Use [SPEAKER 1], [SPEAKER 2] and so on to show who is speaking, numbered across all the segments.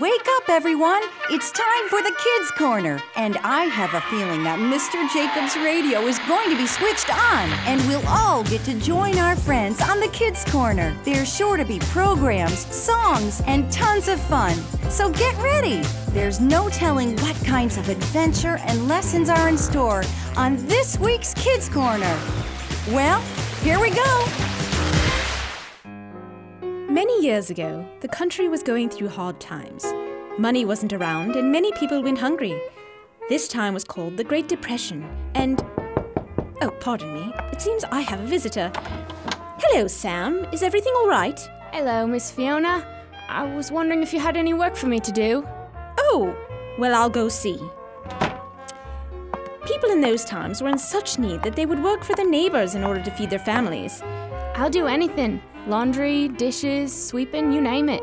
[SPEAKER 1] Wake up, everyone! It's time for the Kids Corner, and I have a feeling that Mr. Jacobs' radio is going to be switched on, and we'll all get to join our friends on the Kids Corner. There's sure to be programs, songs, and tons of fun. So get ready! There's no telling what kinds of adventure and lessons are in store on this week's Kids Corner. Well, here we go!
[SPEAKER 2] Many years ago, the country was going through hard times. Money wasn't around, and many people went hungry. This time was called the Great Depression, and. Oh, pardon me. It seems I have a visitor. Hello, Sam. Is everything all right?
[SPEAKER 3] Hello, Miss Fiona. I was wondering if you had any work for me to do.
[SPEAKER 2] Oh, well, I'll go see. People in those times were in such need that they would work for their neighbors in order to feed their families.
[SPEAKER 3] I'll do anything laundry, dishes, sweeping, you name it.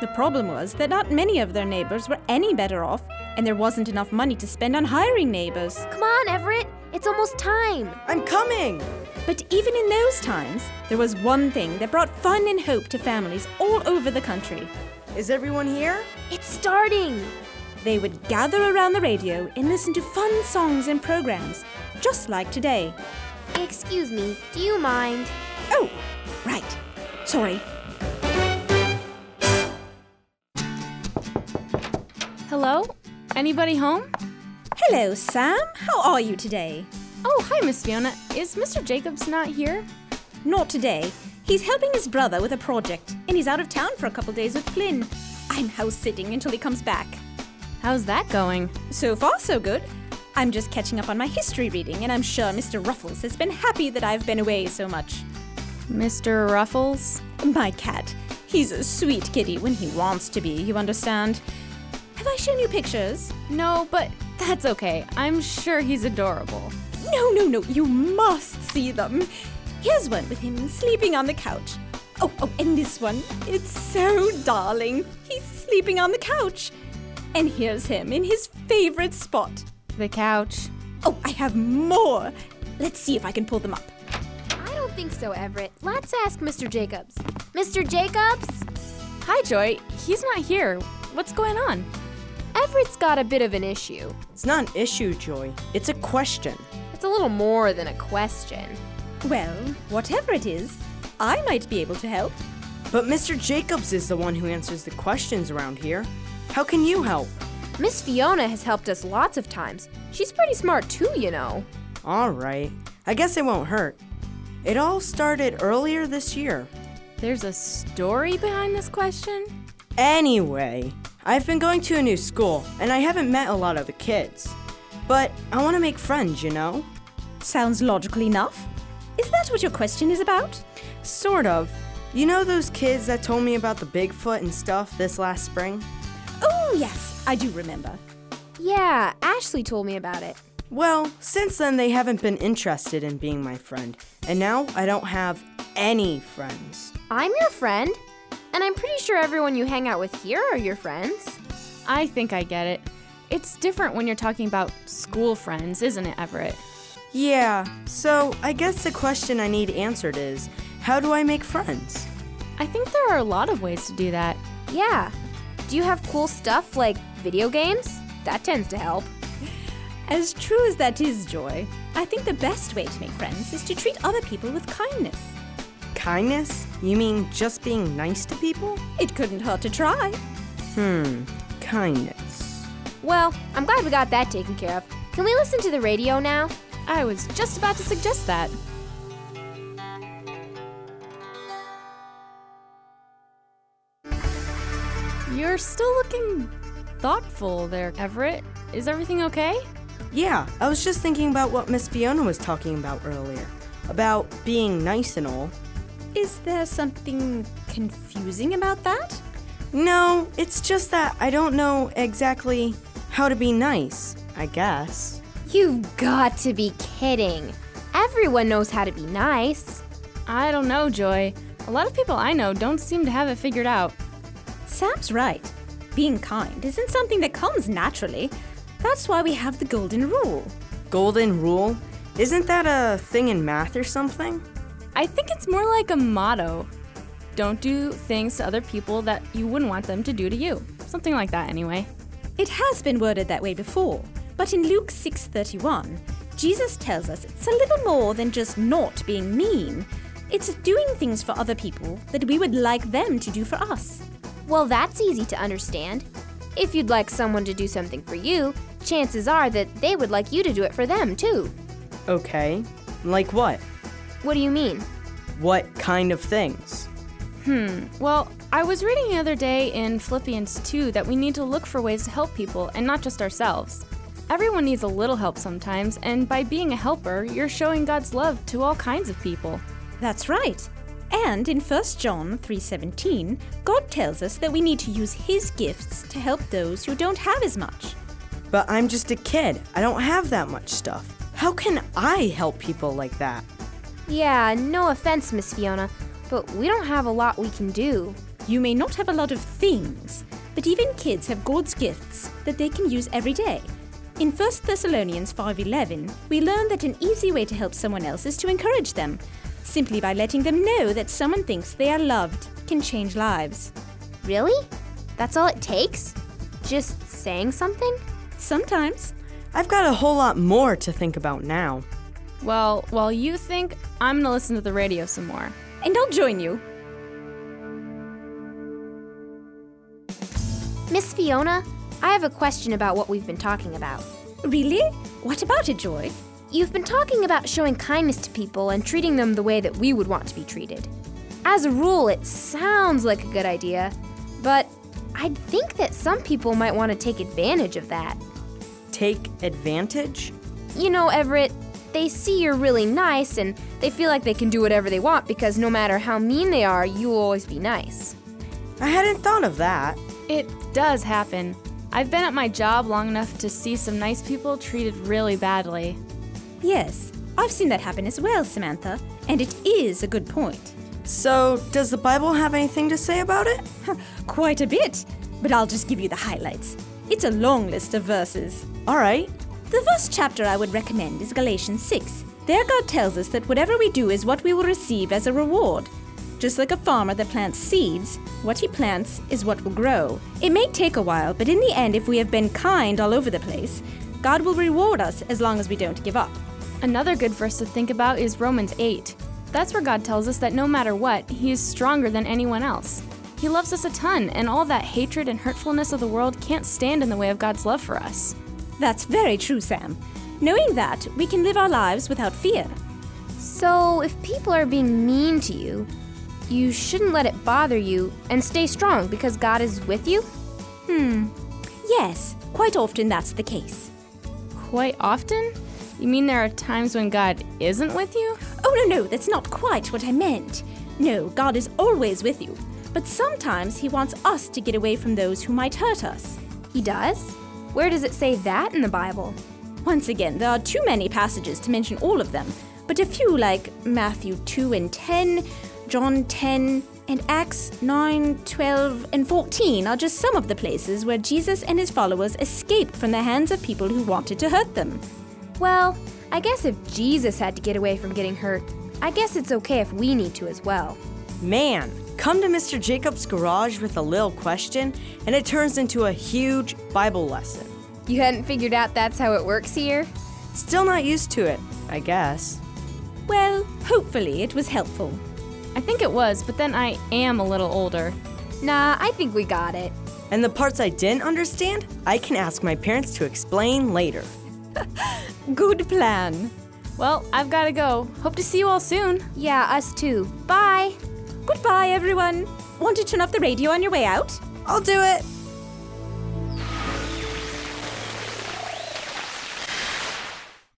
[SPEAKER 2] The problem was that not many of their neighbors were any better off, and there wasn't enough money to spend on hiring neighbors.
[SPEAKER 4] Come on, Everett. It's almost time.
[SPEAKER 5] I'm coming!
[SPEAKER 2] But even in those times, there was one thing that brought fun and hope to families all over the country.
[SPEAKER 5] Is everyone here?
[SPEAKER 4] It's starting.
[SPEAKER 2] They would gather around the radio and listen to fun songs and programs, just like today.
[SPEAKER 4] Excuse me. Do you mind?
[SPEAKER 2] Oh, right. Sorry.
[SPEAKER 3] Hello? Anybody home?
[SPEAKER 2] Hello, Sam. How are you today?
[SPEAKER 3] Oh, hi, Miss Fiona. Is Mr. Jacobs not here?
[SPEAKER 2] Not today. He's helping his brother with a project, and he's out of town for a couple days with Flynn. I'm house sitting until he comes back.
[SPEAKER 3] How's that going?
[SPEAKER 2] So far, so good. I'm just catching up on my history reading, and I'm sure Mr. Ruffles has been happy that I've been away so much.
[SPEAKER 3] Mr. Ruffles?
[SPEAKER 2] My cat. He's a sweet kitty when he wants to be, you understand. Have I shown you pictures?
[SPEAKER 3] No, but that's okay. I'm sure he's adorable.
[SPEAKER 2] No, no, no, you must see them. Here's one with him sleeping on the couch. Oh, oh, and this one. It's so darling. He's sleeping on the couch. And here's him in his favorite spot.
[SPEAKER 3] The couch.
[SPEAKER 2] Oh, I have more. Let's see if I can pull them up.
[SPEAKER 4] I don't think so, Everett. Let's ask Mr. Jacobs. Mr. Jacobs?
[SPEAKER 3] Hi, Joy. He's not here. What's going on?
[SPEAKER 4] Everett's got a bit of an issue.
[SPEAKER 5] It's not an issue, Joy. It's a question.
[SPEAKER 4] It's a little more than a question.
[SPEAKER 2] Well, whatever it is, I might be able to help.
[SPEAKER 5] But Mr. Jacobs is the one who answers the questions around here. How can you help?
[SPEAKER 4] Miss Fiona has helped us lots of times. She's pretty smart, too, you know.
[SPEAKER 5] All right. I guess it won't hurt. It all started earlier this year.
[SPEAKER 3] There's a story behind this question?
[SPEAKER 5] Anyway, I've been going to a new school and I haven't met a lot of the kids. But I want to make friends, you know?
[SPEAKER 2] Sounds logical enough. Is that what your question is about?
[SPEAKER 5] Sort of. You know those kids that told me about the Bigfoot and stuff this last spring?
[SPEAKER 2] Oh, yes, I do remember.
[SPEAKER 4] Yeah, Ashley told me about it.
[SPEAKER 5] Well, since then they haven't been interested in being my friend, and now I don't have any friends.
[SPEAKER 4] I'm your friend, and I'm pretty sure everyone you hang out with here are your friends.
[SPEAKER 3] I think I get it. It's different when you're talking about school friends, isn't it, Everett?
[SPEAKER 5] Yeah, so I guess the question I need answered is how do I make friends?
[SPEAKER 3] I think there are a lot of ways to do that.
[SPEAKER 4] Yeah. Do you have cool stuff like video games? That tends to help.
[SPEAKER 2] As true as that is, Joy, I think the best way to make friends is to treat other people with kindness.
[SPEAKER 5] Kindness? You mean just being nice to people?
[SPEAKER 2] It couldn't hurt to try.
[SPEAKER 5] Hmm, kindness.
[SPEAKER 4] Well, I'm glad we got that taken care of. Can we listen to the radio now?
[SPEAKER 3] I was just about to suggest that. You're still looking thoughtful there, Everett. Is everything okay?
[SPEAKER 5] Yeah, I was just thinking about what Miss Fiona was talking about earlier about being nice and all.
[SPEAKER 2] Is there something confusing about that?
[SPEAKER 5] No, it's just that I don't know exactly how to be nice, I guess.
[SPEAKER 4] You've got to be kidding. Everyone knows how to be nice.
[SPEAKER 3] I don't know, Joy. A lot of people I know don't seem to have it figured out.
[SPEAKER 2] Sam's right. Being kind isn't something that comes naturally. That's why we have the golden rule.
[SPEAKER 5] Golden rule? Isn't that a thing in math or something?
[SPEAKER 3] I think it's more like a motto. Don't do things to other people that you wouldn't want them to do to you. Something like that, anyway.
[SPEAKER 2] It has been worded that way before, but in Luke 6:31, Jesus tells us it's a little more than just not being mean. It's doing things for other people that we would like them to do for us.
[SPEAKER 4] Well, that's easy to understand. If you'd like someone to do something for you, chances are that they would like you to do it for them, too.
[SPEAKER 5] Okay. Like what?
[SPEAKER 4] What do you mean?
[SPEAKER 5] What kind of things?
[SPEAKER 3] Well, I was reading the other day in Philippians 2 that we need to look for ways to help people and not just ourselves. Everyone needs a little help sometimes, and by being a helper, you're showing God's love to all kinds of people.
[SPEAKER 2] That's right. And in 1 John 3:17, God tells us that we need to use his gifts to help those who don't have as much.
[SPEAKER 5] But I'm just a kid. I don't have that much stuff. How can I help people like that?
[SPEAKER 4] Yeah, no offense, Miss Fiona, but we don't have a lot we can do.
[SPEAKER 2] You may not have a lot of things, but even kids have God's gifts that they can use every day. In 1 Thessalonians 5:11, we learn that an easy way to help someone else is to encourage them. Simply by letting them know that someone thinks they are loved can change lives.
[SPEAKER 4] Really? That's all it takes? Just saying something?
[SPEAKER 2] Sometimes
[SPEAKER 5] I've got a whole lot more to think about now.
[SPEAKER 3] Well, while you think, I'm gonna listen to the radio some more.
[SPEAKER 2] and I'll join you.
[SPEAKER 4] Miss Fiona, I have a question about what we've been talking about.
[SPEAKER 2] Really? What about it, Joy?
[SPEAKER 4] You've been talking about showing kindness to people and treating them the way that we would want to be treated. As a rule, it sounds like a good idea, but I'd think that some people might want to take advantage of that.
[SPEAKER 5] Take advantage?
[SPEAKER 4] You know, Everett, they see you're really nice and they feel like they can do whatever they want because no matter how mean they are, you will always be nice.
[SPEAKER 5] I hadn't thought of that.
[SPEAKER 3] It does happen. I've been at my job long enough to see some nice people treated really badly.
[SPEAKER 2] Yes, I've seen that happen as well, Samantha, and it is a good point.
[SPEAKER 5] So, does the Bible have anything to say about it?
[SPEAKER 2] Quite a bit, but I'll just give you the highlights. It's a long list of verses.
[SPEAKER 5] All right.
[SPEAKER 2] The first chapter I would recommend is Galatians 6. There, God tells us that whatever we do is what we will receive as a reward. Just like a farmer that plants seeds, what he plants is what will grow. It may take a while, but in the end, if we have been kind all over the place, God will reward us as long as we don't give up.
[SPEAKER 3] Another good verse to think about is Romans 8. That's where God tells us that no matter what, He is stronger than anyone else. He loves us a ton, and all that hatred and hurtfulness of the world can't stand in the way of God's love for us.
[SPEAKER 2] That's very true, Sam. Knowing that, we can live our lives without fear.
[SPEAKER 4] So, if people are being mean to you, you shouldn't let it bother you and stay strong because God is with you?
[SPEAKER 2] Yes, quite often that's the case.
[SPEAKER 3] Quite often? You mean there are times when God isn't with you?
[SPEAKER 2] Oh, no, no, that's not quite what I meant. No, God is always with you. But sometimes He wants us to get away from those who might hurt us.
[SPEAKER 4] He does? Where does it say that in the Bible?
[SPEAKER 2] Once again, there are too many passages to mention all of them, but a few like Matthew 2 and 10, John 10, and Acts 9, 12, and 14 are just some of the places where Jesus and his followers escaped from the hands of people who wanted to hurt them.
[SPEAKER 4] Well, I guess if Jesus had to get away from getting hurt, I guess it's okay if we need to as well.
[SPEAKER 5] Man, come to Mr. Jacob's garage with a little question, and it turns into a huge Bible lesson.
[SPEAKER 4] You hadn't figured out that's how it works here?
[SPEAKER 5] Still not used to it, I guess.
[SPEAKER 2] Well, hopefully it was helpful.
[SPEAKER 3] I think it was, but then I am a little older.
[SPEAKER 4] Nah, I think we got it.
[SPEAKER 5] And the parts I didn't understand, I can ask my parents to explain later.
[SPEAKER 2] Good plan.
[SPEAKER 3] Well, I've gotta go. Hope to see you all soon.
[SPEAKER 4] Yeah, us too. Bye!
[SPEAKER 2] Goodbye, everyone. Want to turn off the radio on your way out?
[SPEAKER 5] I'll do it.